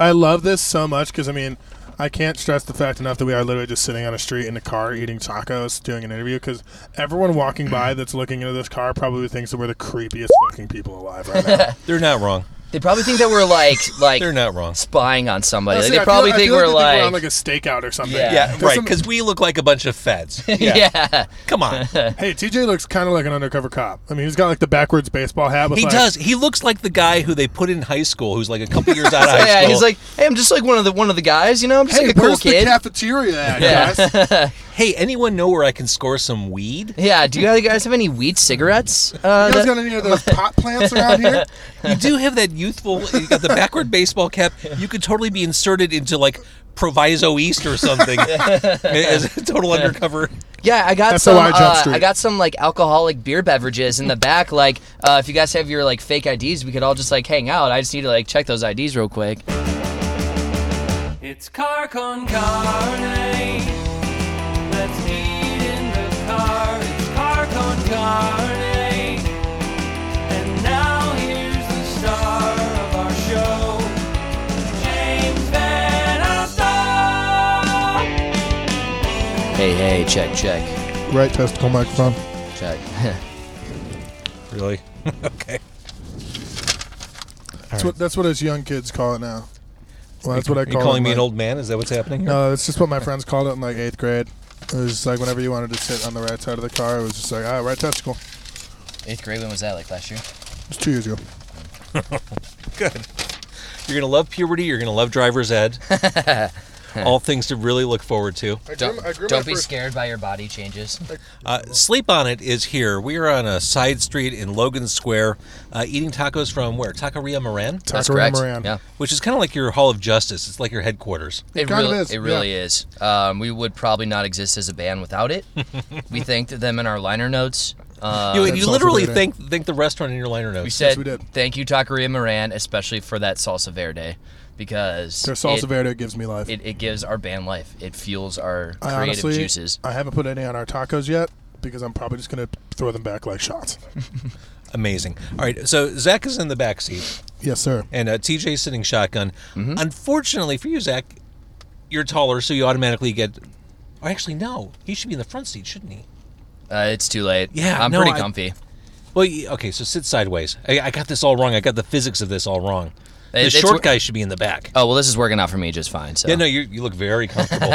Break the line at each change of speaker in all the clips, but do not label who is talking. I love this so much because I mean, I can't stress the fact enough that we are literally just sitting on a street in a car eating tacos, doing an interview. Because everyone walking by that's looking into this car probably thinks that we're the creepiest fucking people alive right now.
They're not wrong.
They probably think that we're like like
They're not wrong.
spying on somebody.
Honestly,
Like, they
I feel-
probably
I
think
feel
we're
they
like,
on like a stakeout or something.
Yeah.
Yeah,
There's
right.
some-
Because we look like a bunch of feds.
yeah.
Come on.
hey, TJ looks kind of like an undercover cop. I mean, he's got like the backwards baseball hat. With
He
like,
does. He looks like the guy who they put in high school, who's like a couple years out of high
yeah,
school.
he's like, hey, I'm just like one of the one of the guys, you know. I'm just
Hey,
like a cool
where's the
kid.
cafeteria at,
Yeah.
guys?
hey, anyone know where I can score some weed?
yeah. Do you guys have any weed cigarettes? Uh,
You guys
that-
got any of those pot plants around here?
You do have that youthful. You got the backward baseball cap. You could totally be inserted into like Proviso East or something as a total undercover.
yeah, I got
That's
some.
how I jump
uh,
street.
I got some like alcoholic beer beverages in the back. Like, uh, if you guys have your like fake IDs, we could all just like hang out. I just need to like check those IDs real quick.
It's car con carne. Let's eat in the car. It's car con carne. And now here's the star of our show, James Van Alstyne.
Hey, hey, check, check,
Right testicle microphone.
check.
Really? okay.
That's what, that's what us young kids call it now. Well, that's what I
Are you
call
calling
it.
me
in
an
my-
old man? Is that what's happening? here?
No, it's just what my friends called it in like eighth grade. It was like whenever you wanted to sit on the right side of the car, it was just like, ah, right testicle.
Eighth grade, when was that? Like last year?
It's two years ago.
You're gonna love puberty. You're gonna love driver's ed. All things to really look forward to.
I grew,
Don't,
I grew
don't
my
be
first-
scared by your body changes.
Uh, Sleep on It is here. We are on a side street in Logan Square, uh, eating tacos from where? Taqueria Moran,
That's
Taqueria
correct.
Moran.
Yeah.
which is kind of like your Hall of Justice. It's like your headquarters.
It
kind of
really,
is,
It really is. Um, we would probably not exist as a band without it. we thanked them in our liner notes. Uh,
you
that's
you
also
literally
great.
thank thank the restaurant in your liner
we
notes.
said
we did.
thank you, Taqueria Moran, especially for that salsa verde, because
Their salsa
it,
verde gives me life.
it, it gives our band life. It fuels our
I
creative
honestly,
juices.
I haven't put any on our tacos yet because I'm probably just gonna throw them back like shots.
Amazing. All right, so Zach is in the back seat,
yes, sir.
and uh, TJ is sitting shotgun.
Mm-hmm.
Unfortunately for you, Zach, you're taller, so you automatically get. Or actually, no, he should be in the front seat, shouldn't he?
Uh, it's too late.
Yeah,
I'm
no,
pretty
I-
comfy.
Well, y- okay, so sit sideways. I, I got this all wrong. I got the physics of this all wrong. The
It- it's
short
wor-
guy should be in the back.
Oh well, this is working out for me just fine. So
Yeah, no, you, you look very comfortable.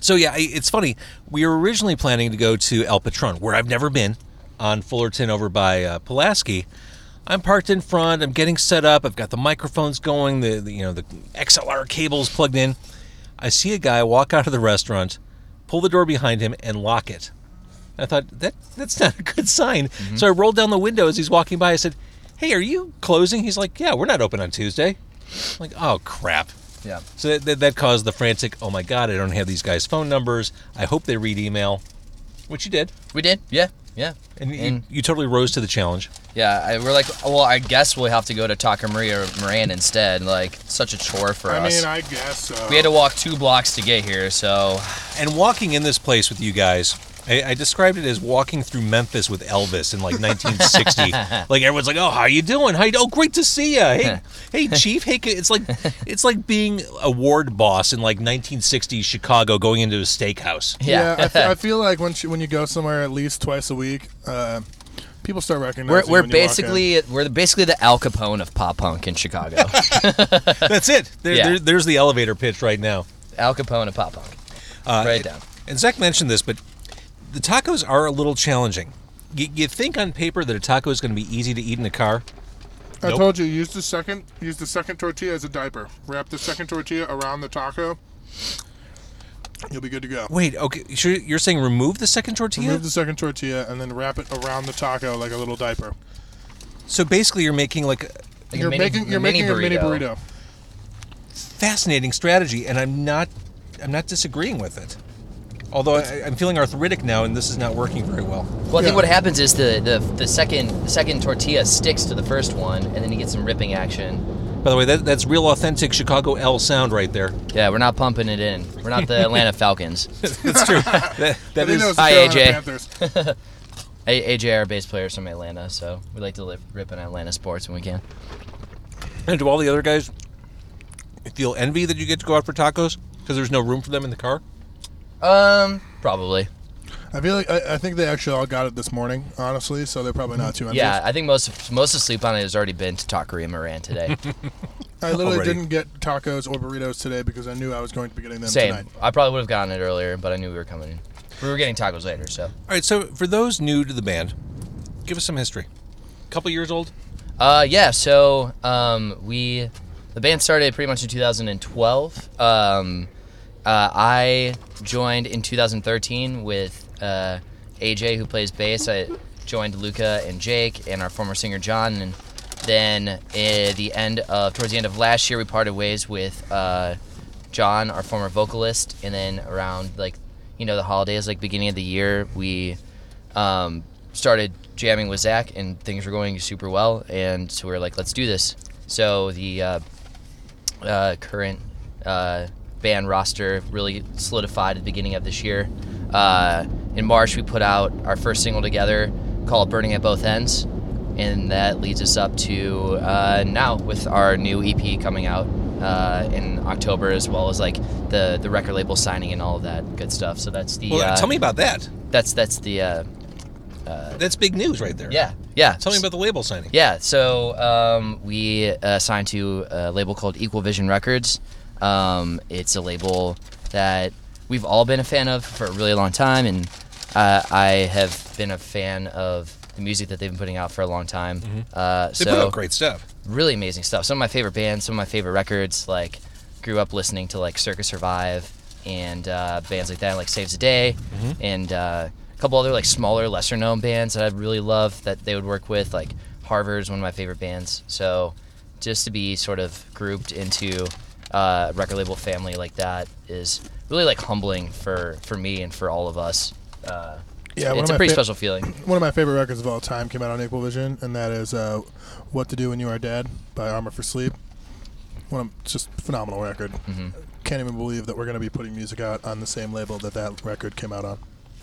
so yeah, I- it's funny. We were originally planning to go to El Patron, where I've never been, on Fullerton over by uh, Pulaski. I'm parked in front. I'm getting set up. I've got the microphones going. The, the you know the XLR cables plugged in. I see a guy walk out of the restaurant, pull the door behind him, and lock it. I thought that that's not a good sign. So I rolled down the window as he's walking by. I said, "Hey, are you closing?" He's like, "Yeah, we're not open on Tuesday." I'm like, "Oh crap."
yeah.
So that, that, that caused the frantic, oh my God, I don't have these guys' phone numbers. I hope they read email, which you did.
We did. Yeah, yeah.
And, you-
And-
you, you totally rose to the challenge.
Yeah, I, we're like, well, I guess we'll have to go to Taco Maria Moran instead. Like, such a chore for
I
us.
mean, I guess so.
we had to walk two blocks to get here, so
And walking in this place with you guys, I, I described it as walking through Memphis with Elvis in like 1960. like everyone's like, "Oh, how you doing? How you? Oh, great to see you. Hey, hey, Chief. Hey, c-" it's like it's like being a ward boss in like 1960s Chicago, going into a steakhouse.
yeah.
I fe- I feel like once you, when you go somewhere at least twice a week, uh, people start recognizing.
we're
you
we're
when you walk in.
basically we're basically the Al Capone of pop punk in Chicago.
That's it. There,
Yeah.
there- there's the elevator pitch right now.
Al Capone of pop punk.
Uh,
Write it down.
And Zach mentioned this, but the tacos are a little challenging. You, you think on paper that a taco is going to be easy to eat in a car.
I
Nope.
told you, use the second use the second tortilla as a diaper. Wrap the second tortilla around the taco. You'll be good to go.
Wait, okay, so you're saying remove the second tortilla?
Remove the second tortilla and then wrap it around the taco like a little diaper.
so basically, you're making like a
Like a
you're
mini-
making
a
you're
mini
making a mini burrito.
fascinating strategy, and I'm not, I'm not disagreeing with it. Although I, I'm feeling arthritic now, and this is not working very well.
Well, I
Yeah.
think what happens is the, the the second the second tortilla sticks to the first one, and then you get some ripping action.
By the way, that, that's real authentic Chicago L sound right there.
Yeah, we're not pumping it in. We're not the Atlanta Falcons.
That's true. that,
I
that
think
is-
that was the
Hi,
Carolina
AJ.
Panthers.
A- AJ, our bass player, is from Atlanta, so we like to li- rip in Atlanta sports when we can.
and do all the other guys feel envy that you get to go out for tacos because there's no room for them in the car?
Um, probably.
I feel like I, I think they actually all got it this morning, honestly. So they're probably not too envious.
Yeah, I think most of, most of sleep on it has already been to Taqueria Moran today.
I literally
Already.
didn't get tacos or burritos today because I knew I was going to be getting them
Same.
tonight.
I probably would have gotten it earlier, but I knew we were coming. in. We were getting tacos later, so.
All right, so for those new to the band, give us some history. couple years old?
Uh, yeah, so um, we the band started pretty much in 2012. Um, uh, I joined in 2013 with uh, AJ, who plays bass. I joined Luca and Jake and our former singer John. And then at the end of towards the end of last year, we parted ways with uh, John, our former vocalist. And then around like you know the holidays, like beginning of the year, we um, started jamming with Zach, and things were going super well. And so we were like, let's do this. So the uh, uh, current uh, band roster really solidified at the beginning of this year. Uh, in March, we put out our first single together called Burning at Both Ends. And that leads us up to uh, now with our new EP coming out uh, in October, as well as like the, the record label signing and all of that good stuff. So that's the
Well,
uh,
tell me about that.
that's that's the uh,
That's big news right there.
yeah, yeah.
Tell me about the label signing.
Yeah, so um, we uh, signed to a label called Equal Vision Records. Um, it's a label that we've all been a fan of for a really long time, and uh, I have been a fan of the music that they've been putting out for a long time.
Mm-hmm.
Uh,
They
so
put out great stuff.
really amazing stuff. Some of my favorite bands, some of my favorite records. Like, grew up listening to like Circus Survive and uh, bands like that, like Saves the Day, and uh, a couple other like smaller, lesser known bands that I really love that they would work with. Like Harvard is one of my favorite bands. So, just to be sort of grouped into uh, a record label family like that is really like humbling for for me and for all of us. Uh,
Yeah, one
it's
of
a
my
pretty
fa-
special feeling.
One of my favorite records of all time came out on Equal Vision, and that is uh, "What to Do When You Are Dead" by Armor for Sleep. One of just phenomenal record.
Mm-hmm.
Can't even believe that we're going to be putting music out on the same label that that record came out on.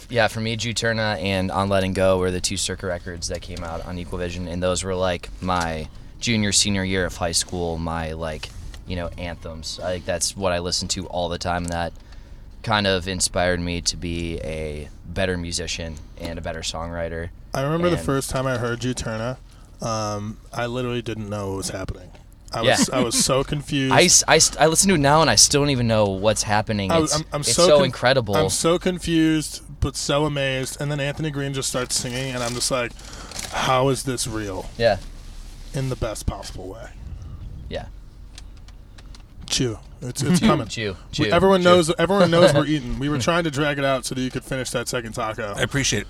yeah, for me, Juturna and On Letting Go were the two circa records that came out on Equal Vision, and those were like my junior, senior year of high school, my like, you know, anthems. I think that's what I listened to all the time, and that kind of inspired me to be a better musician and a better songwriter.
I remember the
And-
first time I heard "Juturna," um, I literally didn't know what was happening. I
Yeah.
was I was so confused.
I, s- I, s- I listen to it now, and I still don't even know what's happening.
I
It's,
was- Oh, I'm, I'm
it's
so,
so,
con-
incredible.
I'm so confused, but so amazed. And then Anthony Green just starts singing, and I'm just like, "How is this real?"
yeah,
In the best possible way.
yeah.
Chew. It's it's coming.
Chew,
We-
chew,
everyone
chew.
knows. Everyone knows we're eating. We were trying to drag it out so that you could finish that second taco.
I appreciate it.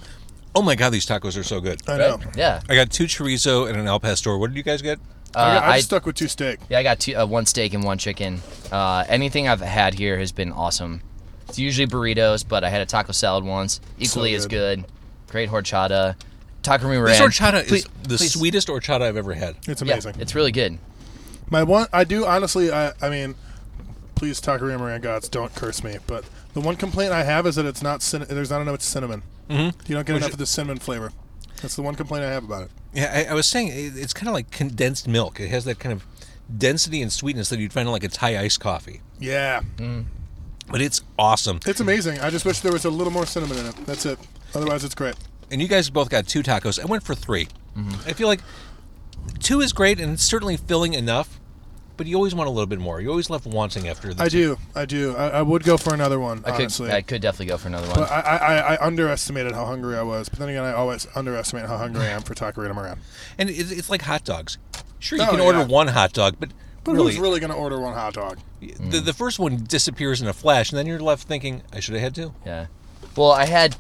Oh my God, these tacos are so good.
I know.
Yeah.
I got two chorizo and an al pastor. What did you guys get?
Uh,
I, got- I
I-
just stuck with two steak.
Yeah, I got two, uh, one steak and one chicken. Uh, anything I've had here has been awesome. It's usually burritos, but I had a taco salad once. Equally as good. Great horchata. Taco Moran.
This horchata is the
please.
sweetest horchata I've ever had.
It's
Yeah,
amazing.
it's really good.
My one, I do honestly. I, I mean, please, Taqueria Moran gods, don't curse me. But the one complaint I have is that it's not. Cin- there's not enough cinnamon. Mm-hmm. You don't get enough of the cinnamon flavor. That's the one complaint I have about it.
Yeah, I, I was saying it, it's kind of like condensed milk. It has that kind of density and sweetness that you'd find in like a Thai iced coffee.
Yeah,
But it's awesome.
Mm. it's amazing. I just wish there was a little more cinnamon in it. That's it. Otherwise, it's great.
And you guys both got two tacos. I went for 3
Mm-hmm.
I feel like two is great and it's certainly filling enough, but you always want a little bit more. You're always left wanting after the
I
two.
do. I do. I, I would go for another one.
I could,
honestly.
I could definitely go for another one.
But I, I, I- I underestimated how hungry I was. But then again, I always underestimate how hungry I am for Taqueria Moran.
And it's, it's like hot dogs. Sure, you
Oh,
can order
yeah.
one hot dog, but,
But
really,
who's really going to order one hot dog?
the, the first one disappears in a flash, and then you're left thinking, I should have had two.
yeah. Well, I had,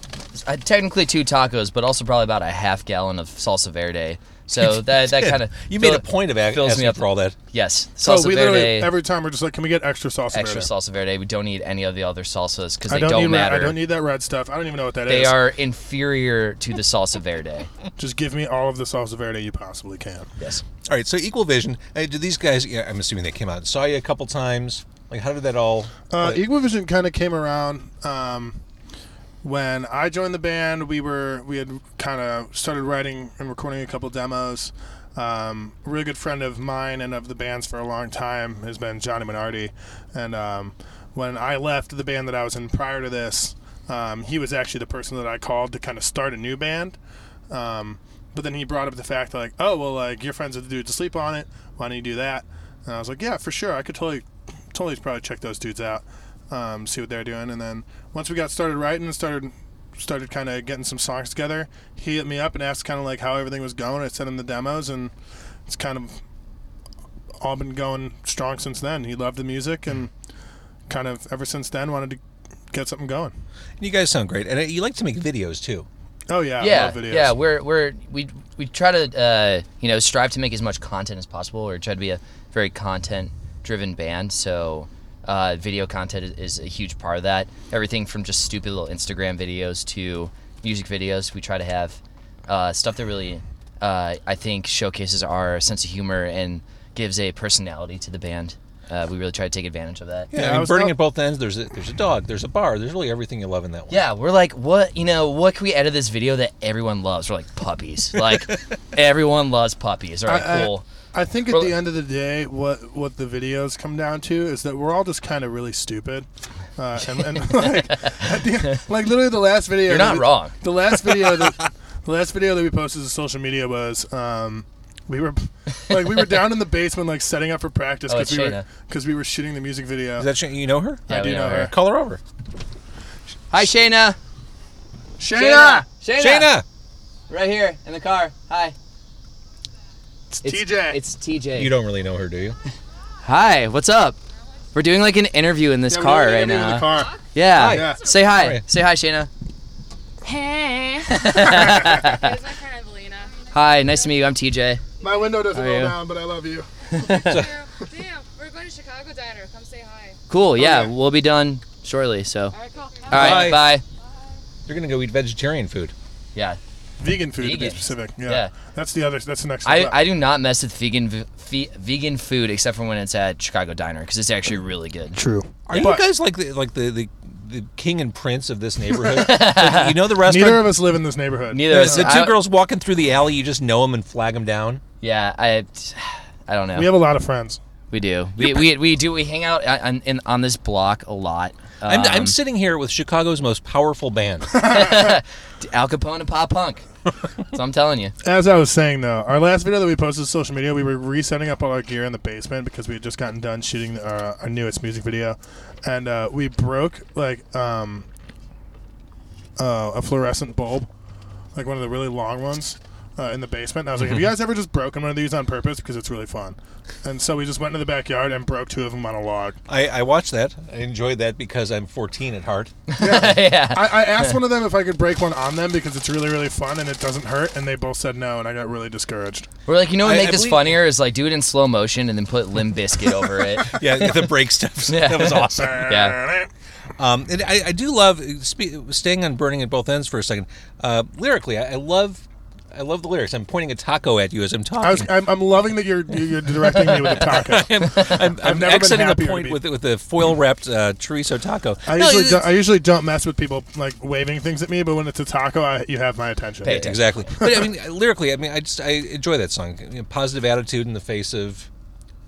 I had technically two tacos, but also probably about a half gallon of salsa verde. So that, that kind of
You made a point of ac-
fills me
asking
up.
for all that.
Yes,
So
salsa
we
verde.
literally every time we're just like, can we get extra salsa?
extra
verde?
salsa verde. We don't need any of the other salsas because
I
they
don't,
don't,
need red,
matter.
I don't need that red stuff. I don't even know what that is.
they are inferior to the salsa verde.
Just give me all of the salsa verde you possibly can.
Yes.
All right, so Equal Vision. Uh, did these guys? Yeah, I'm assuming they came out and saw you a couple times. Like, how did that all?
Uh, Equal Vision kind of came around um, when I joined the band. We were we had kind of started writing and recording a couple demos. Um, a really good friend of mine and of the band's for a long time has been Johnny Minardi. And um, when I left the band that I was in prior to this, um, he was actually the person that I called to kind of start a new band. Um, but then he brought up the fact that, like, oh, well, like, your friends with the dudes to sleep on it. Why don't you do that? And I was like, yeah, for sure. I could totally, totally probably check those dudes out, um, see what they're doing. And then once we got started writing and started, started kind of getting some songs together, he hit me up and asked kind of like how everything was going. I sent him the demos, and it's kind of all been going strong since then. He loved the music and kind of ever since then wanted to get something going.
You guys sound great, and uh, you like to make videos too.
Oh yeah, I
yeah,
love videos.
yeah. We're we're we we try to uh, you know strive to make as much content as possible, or try to be a very content-driven band. So, uh, video content is, is a huge part of that. Everything from just stupid little Instagram videos to music videos. We try to have uh, stuff that really, uh, I think, showcases our sense of humor and gives a personality to the band. Uh, we really try to take advantage of that.
Yeah,
Yeah, I
I mean,
was
burning
tell-
at both ends. There's a, there's a dog. There's a bar. There's really everything you love in that one.
Yeah, we're like, what you know, what can we edit this video that everyone loves? We're like puppies. Like everyone loves puppies. All right,
I- I-
cool.
I think at
Well-
the end of the day, what what the videos come down to is that we're all just kind of really stupid, uh, and, and like, at the, like literally the last video.
You're not
that-
wrong.
The last video that the last video that we posted to social media was um, we were like we were down in the basement like setting up for practice
Oh,
we
it's
were
Shayna.
because we were shooting the music video.
Is that sh- you know her?
Yeah,
I do
we
know
are.
her.
Call her over.
Hi, Shayna.
Shayna,
Shayna.
Shayna.
Right here in the car. Hi.
it's TJ.
It's TJ.
You don't really know her, do you?
Hi. What's up? We're doing like an interview in this
Yeah, we're
car
doing
right
an interview in
now.
the car.
Yeah.
Yeah.
Say hi.
Hi.
Say hi, Shayna.
Hey. Here's my friend Evelina.
Hi. Nice to meet you. I'm TJ.
My window doesn't
How are
roll
you?
down, but I love you.
Damn, we're going to Chicago Diner. Come say hi.
Cool. Yeah.
Okay.
We'll be done shortly. So.
All right, cool.
All right.
Bye.
Bye.
You're gonna go eat vegetarian food.
Yeah,
Vegan food to be
Vegan.
specific. Yeah.
Yeah.
that's the other. That's the next.
I,
step up.
I do not mess with vegan v- fe- vegan food except for when it's at Chicago Diner because it's actually really good.
True.
Are you
But-
guys like the like the the, the king and prince of this neighborhood? Like, you know the restaurant.
Neither of us live in this neighborhood.
Neither
There's
of
the
us.
two
I-
girls walking through the alley. You just know them and flag them down.
Yeah, I I don't know.
We
We,
have a lot of friends.
do. We, we, we do. We hang out on in, on this block a lot.
I'm, I'm
Um,
sitting here with Chicago's most powerful band.
Al Capone and pop punk. so I'm telling you.
As I was saying though, our last video that we posted to social media, we were resetting up all our gear in the basement because we had just gotten done shooting uh, our, our newest music video, and uh, we broke like um, uh, a fluorescent bulb, like one of the really long ones. Uh, in the basement, and I was like, "Have you guys ever just broken one of these on purpose? Because it's really fun." And so we just went into the backyard and broke two of them on a log.
I, I watched that. I enjoyed that because I'm 14 at heart.
yeah.
I, I asked one of them if I could break one on them because it's really, really fun and it doesn't hurt, and they both said no, and I got really discouraged.
We're like, you know what
I-
make
I
this
believe-
funnier is like do it in slow motion and then put Limb Biscuit over it.
Yeah, the break stuff.
Yeah.
That was awesome.
Yeah.
Um, and I, I do love uh, spe- staying on burning at both ends for a second. Uh, lyrically, I, I love, I love the lyrics. I'm pointing a taco at you as I'm talking.
I was, I'm, I'm loving that you're you're directing me with a taco.
I'm, I'm,
never
I'm
been
accenting the
happier to
point
be-
with with the foil wrapped uh, chorizo taco.
I
No,
usually
it's-
don't, I usually don't mess with people like waving things at me, but when it's a taco, I, you have my attention.
Pay attention.
exactly. But I mean, lyrically, I mean, I just I enjoy that song. You know, positive attitude in the face of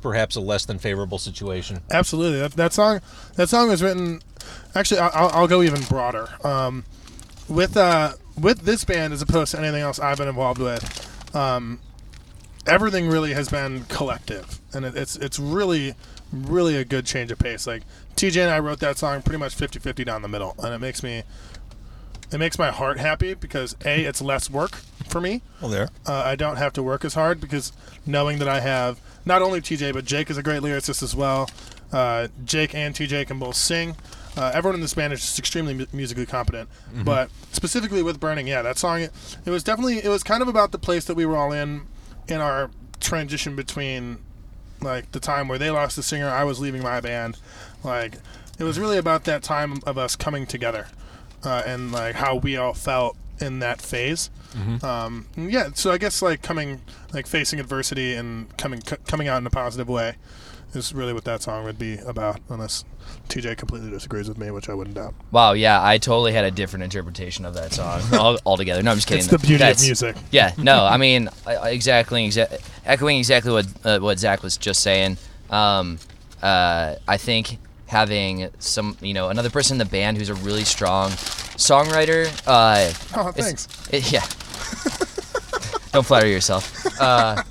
perhaps a less than favorable situation.
Absolutely. That, that song that song was written. Actually, I- I'll, I'll go even broader. Um, with uh, with this band as opposed to anything else I've been involved with, um, everything really has been collective, and it, it's it's really really a good change of pace. Like TJ and I wrote that song pretty much 50-50 down the middle, and it makes me it makes my heart happy because a it's less work for me.
Well, there.
uh, I don't have to work as hard because knowing that I have not only TJ but Jake is a great lyricist as well. Uh, Jake and TJ can both sing. Uh, everyone in this band is just extremely mu- musically competent. But specifically with Burning, yeah, that song it, it was definitely it was kind of about the place that we were all in in our transition between like the time where they lost the singer, I was leaving my band. Like it was really about that time of us coming together uh, and like how we all felt in that phase. Um, and yeah, so I guess like coming, like facing adversity and coming c- coming out in a positive way is really what that song would be about. Unless TJ completely disagrees with me, which I wouldn't doubt.
Wow. Yeah, I totally had a different interpretation of that song al- altogether. No, I'm just kidding.
It's the beauty
That's-
of music.
Yeah, no, I mean I- I- exactly, exa- echoing exactly what uh, what Zach was just saying, um, uh, I think having some you know another person in the band who's a really strong songwriter. Uh,
Oh,
it's-
thanks.
it- yeah. Don't flatter yourself. Uh,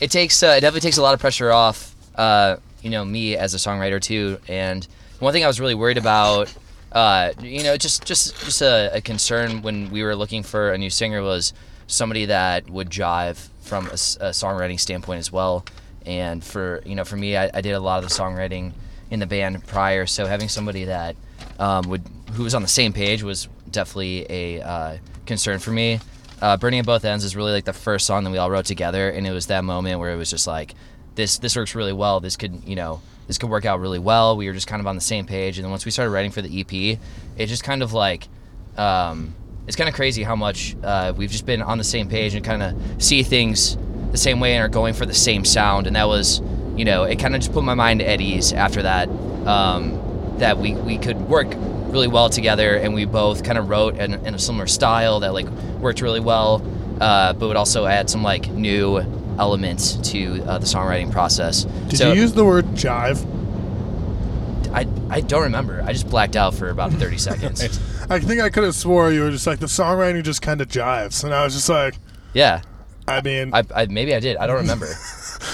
it takes uh, it definitely takes a lot of pressure off. Uh, you know me as a songwriter too, and one thing I was really worried about, uh, you know, just just just a, a concern when we were looking for a new singer was somebody that would jive from a, s- a songwriting standpoint as well. And for you know, for me, I, I did a lot of the songwriting in the band prior, so having somebody that um, would who was on the same page was definitely a uh, concern for me. Uh, Burning at Both Ends is really like the first song that we all wrote together, and it was that moment where it was just like, this this works really well. This could you know this could work out really well. We were just kind of on the same page, and then once we started writing for the EP, it just kind of like. Um, it's kind of crazy how much uh, we've just been on the same page and kind of see things the same way and are going for the same sound. And that was, you know, it kind of just put my mind at ease after that. Um, that we, we could work really well together and we both kind of wrote in, in a similar style that like worked really well uh, but would also add some like new elements to uh, the songwriting process
Did
so
you use the word jive?
I, I don't remember i just blacked out for about 30 seconds
I think I could have swore you were just like the songwriting just kind of jives, and I was just like,
yeah
I mean,
I, I maybe i did i don't remember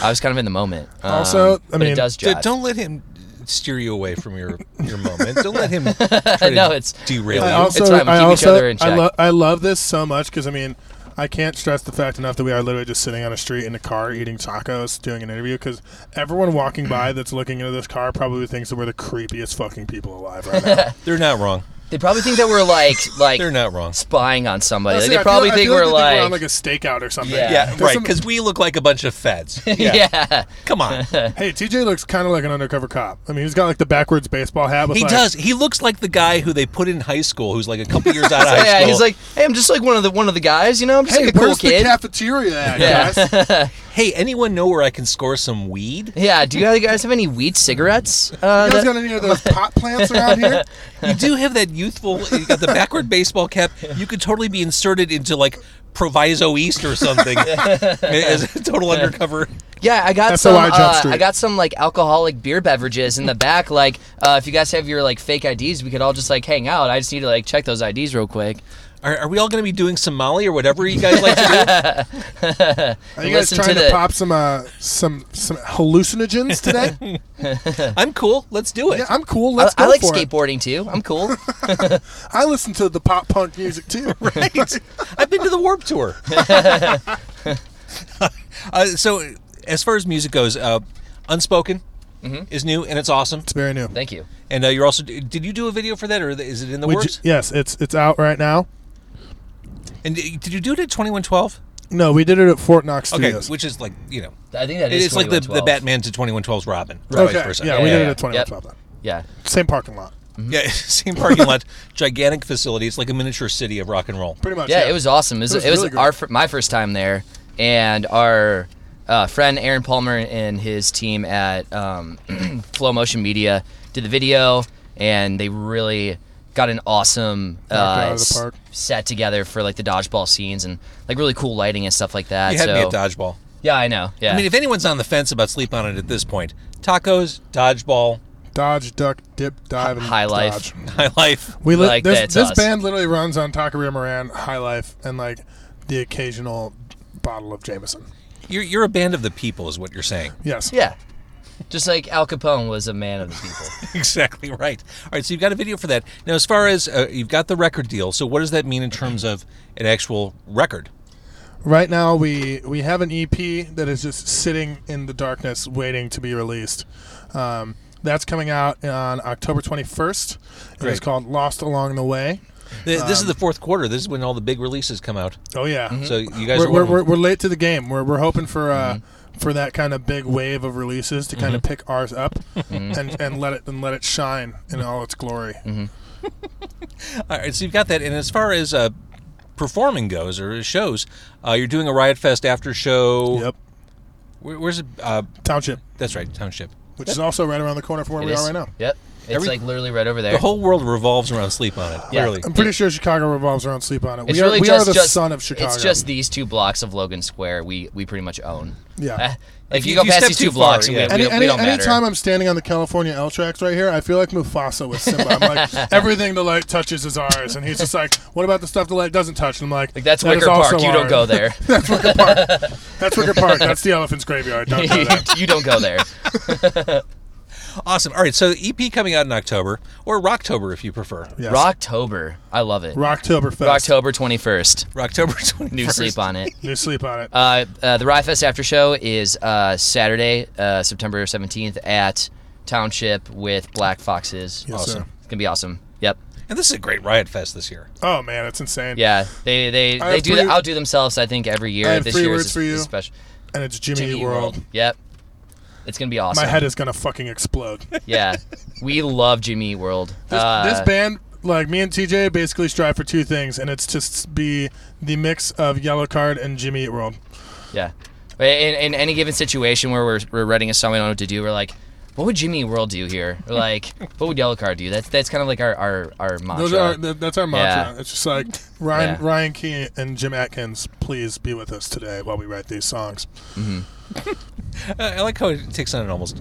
i was kind of in the moment Um,
Also, I
but
mean-
it does
D-
jive.
don't let him steer you away from your your moment. Don't let him. Try
No,
to
it's-
derail
I
you.
also,
It's fine, we
I
keep each
also,
other in
I,
check.
lo- I love this so much because I mean, I can't stress the fact enough that we are literally just sitting on a street in a car eating tacos, doing an interview because everyone walking by
Mm.
that's looking into this car probably thinks that we're the creepiest fucking people alive right now.
They're not wrong.
they probably think that we're like like
They're not wrong.
spying on somebody
Honestly, I
like,
feel
they probably
like- I
think,
feel
we're
like they
like,
on like a stakeout or something.
Yeah.
Yeah, right.
some-
Because we look like a bunch of feds.
yeah
Come on.
Hey, TJ looks kind of like an undercover cop. I mean, he's got like the backwards baseball hat. With
He
like,
does. He looks like the guy who they put in high school, who's like a couple years out of high
yeah,
school.
he's like, hey, I'm just like one of the one of the guys, you know. I'm just
Hey,
like a cool
where's the
kid.
cafeteria at,
Yeah.
guys?
hey, anyone know where I can score some weed?
yeah. Do you guys have any weed cigarettes? Uh,
You guys
that-
got any of those pot plants around here?
You do have that youthful, you got the backward baseball cap. You could totally be inserted into like Proviso East or something as a total undercover.
yeah, I got some.
SOI Jump
uh,
Street.
I got some like alcoholic beer beverages in the back. Like, uh, if you guys have your like fake IDs, we could all just like hang out. I just need to like check those IDs real quick.
Are, are we all going to be doing Somali or whatever you guys like to
Are you guys
Listen to
trying to,
the-
pop some uh, some some hallucinogens today?
do? I'm cool. Let's do it.
yeah, I'm cool. Let's
I, I
go
like
for it.
skateboarding too. I'm cool.
I listen to the pop punk music too.
right. I've been to the Warp Tour. uh, so, as far as music goes, uh, Unspoken
Mm-hmm.
is new and it's awesome.
It's very new.
Thank you.
And uh, you're also did you do a video for that or is it in the
We
works?
ju- yes, it's it's out right now.
and uh, did you do it at 2112?
No, we did it at Fort Knox
Okay,
Studios.
which is like you know,
I think that is.
it's like the, the
2112.
Batman to 2112's Robin. or
okay.
vice versa.
Yeah, Mm-hmm. we
Yeah,
did
yeah,
it at twenty
yeah.
twelve. then.
Yeah.
Same parking lot,
Yeah, same parking lot, gigantic facility. It's like a miniature city of rock and roll.
pretty much.
Yeah, it was awesome. It was,
It was
it was
really great.
our fir- my first time there, and our uh, friend Aaron Palmer and his team at um, Flow Motion Media did the video, and they really got an awesome uh,
out of the
s-
park.
set together for like the dodgeball scenes and like really cool lighting and stuff like that.
You had
so
me at dodgeball.
yeah, I know. Yeah,
I mean, if anyone's on the fence about sleep on it at this point, tacos, dodgeball,
Dodge, duck, dip, dive, and
High life.
dodge.
high life.
We li-
Like,
this
that's
this
us.
band literally runs on Taqueria Moran, High Life, and like the occasional bottle of Jameson.
You're you're a band of the people, is what you're saying.
Yes.
yeah, just like Al Capone was a man of the people.
exactly right. All right, so you've got a video for that. Now, as far as uh, you've got the record deal, so what does that mean in terms of an actual record?
Right now, we we have an EP that is just sitting in the darkness, waiting to be released. Um, that's coming out on October 21st. It's
Great.
called Lost Along the Way.
Th- this is the fourth quarter. This is when all the big releases come out.
Oh yeah,
Mm-hmm.
So you guys
we're, we're,
are one of
we're, we're late to the game. We're, we're hoping for uh,
Mm-hmm.
for that kind of big wave of releases to kind of pick ours up
Mm-hmm.
and, and let it and let it shine in all its glory.
All right, so you've got that. And as far as uh, performing goes or shows, uh, you're doing a Riot Fest after show.
Yep,
Where, where's it? Uh,
Township,
that's right, Township.
which is also right around the corner from where
It
we
is.
are right now.
Yep. It's
Every-
like literally right over there.
The whole world revolves around sleep on it.
Yeah.
Clearly,
I'm pretty sure Chicago revolves around sleep on it.
it's
we are,
really
we
just,
are the
just-
son of Chicago.
It's just these two blocks of Logan Square we we pretty much own.
Yeah.
Eh, like
If
if you,
you-
go
if you
past
step
these
too
two
far,
blocks, and we,
yeah.
we,
Any,
we
any,
don't matter.
anytime I'm standing on the California L tracks right here, I feel like Mufasa with Simba. I'm like, everything the light touches is ours, and he's just like, what about the stuff the light doesn't touch? And I'm like,
like that's
"That is
Wicker Park.
also
You don't
ours."
go there.
That's Wicker Park. That's the elephant's graveyard. Don't go there.
you don't go there.
awesome. All right, so EP coming out in October or Rocktober if you prefer.
Yes.
Rocktober. I love it.
Rocktoberfest.
October 21st.
Rocktober twenty.
New sleep on it.
New sleep on it.
Uh, uh, the Rye Fest after show is uh, Saturday, uh, September 17th at Township with Black Foxes.
Yes,
awesome.
sir.
It's going to be awesome. Yep.
And this is a great riot fest this year.
oh man, that's insane.
Yeah. They they,
I
they
have
do
three-
the, outdo themselves, I think, every year.
I have
this
three
year
words
is,
for you.
is special.
And it's Jimmy,
Jimmy
Eat World.
Yep. It's going to be awesome.
My head is gonna fucking explode. this,
yeah. We love Jimmy Eat World.
this
Uh,
band, like me and TJ, basically strive for two things, and it's just be the mix of Yellow Card and Jimmy Eat World.
Yeah. In, in any given situation where we're, we're writing a song we don't know what to do, we're like, what would Jimmy World do here? Or like, what would Yellow Card do? That's that's kind of like our our, our mantra.
Those are th- that's our mantra.
Yeah.
It's just like Ryan
Yeah.
Ryan Key and Jim Atkins, please be with us today while we write these songs.
Uh, I like how it takes on an almost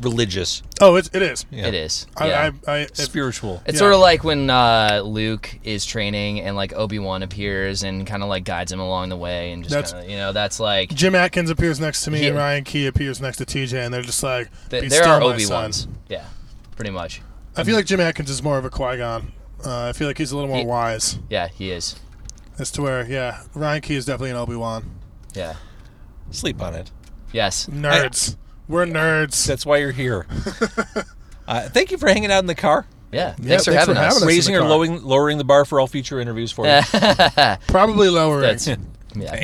religious,
Oh, it's, it is.
Yeah.
It is.
I,
yeah.
I, I, if,
spiritual.
it's
yeah.
sort of like when uh, Luke is training and like Obi Wan appears and kind of like guides him along the way and
That's-
just kind of you know that's like
Jim Atkins appears next to me and
Yeah.
Ryan Key appears next to TJ, and they're just like,
th-
be
there
still,
are
my
Obi
son."
Wans. Yeah, pretty much.
I feel like Jim Atkins is more of a Qui Gon. Uh, I feel like he's a little more
He-
wise.
Yeah, he is.
As to where, yeah, Ryan Key is definitely an Obi Wan.
Yeah.
Sleep on it.
Yes.
Nerds. We're nerds.
That's why you're here. uh, thank you for hanging out in the car,
Yeah. Thanks
thanks
for
for
having us.
having us. in
raising
the
or
car.
lowering lowering the bar for all future interviews for you.
Probably lowering.
That's- yeah,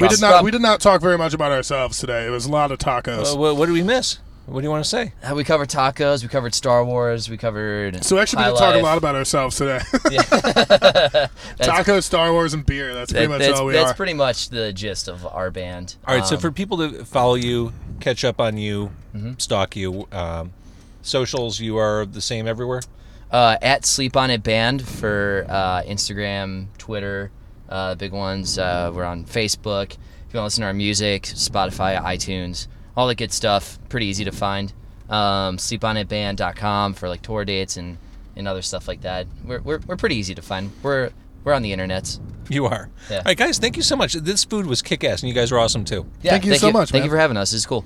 we did
prob-
not. We did not talk very much about ourselves today. It was a lot of tacos.
Uh, what, what did we miss? What do you want to say?
Uh, we covered tacos. We covered Star Wars. We covered.
So actually,
High
we did talk a
Life.
lot about ourselves today. Tacos, Star Wars, and beer. That's pretty
That-
much
that's,
all we
that's
are.
pretty much the gist of our band.
All right, so
Um,
for people to follow you, catch up on you,
Mm-hmm.
stalk you, um, socials, you are the same everywhere.
uh, at Sleep On It Band for uh, Instagram, Twitter, uh, big ones. Uh, we're on Facebook. If you want to listen to our music, Spotify, iTunes, all that good stuff. Pretty easy to find. Um, sleeponitband.com for like tour dates and, and other stuff like that. We're, we're, we're pretty easy to find. We're we're on the internets.
You are.
Yeah.
All right, guys, thank you so much. This food was kick ass, and you guys were awesome too.
Yeah,
Thank you so much,
Thank
man.
you for having us. This is cool.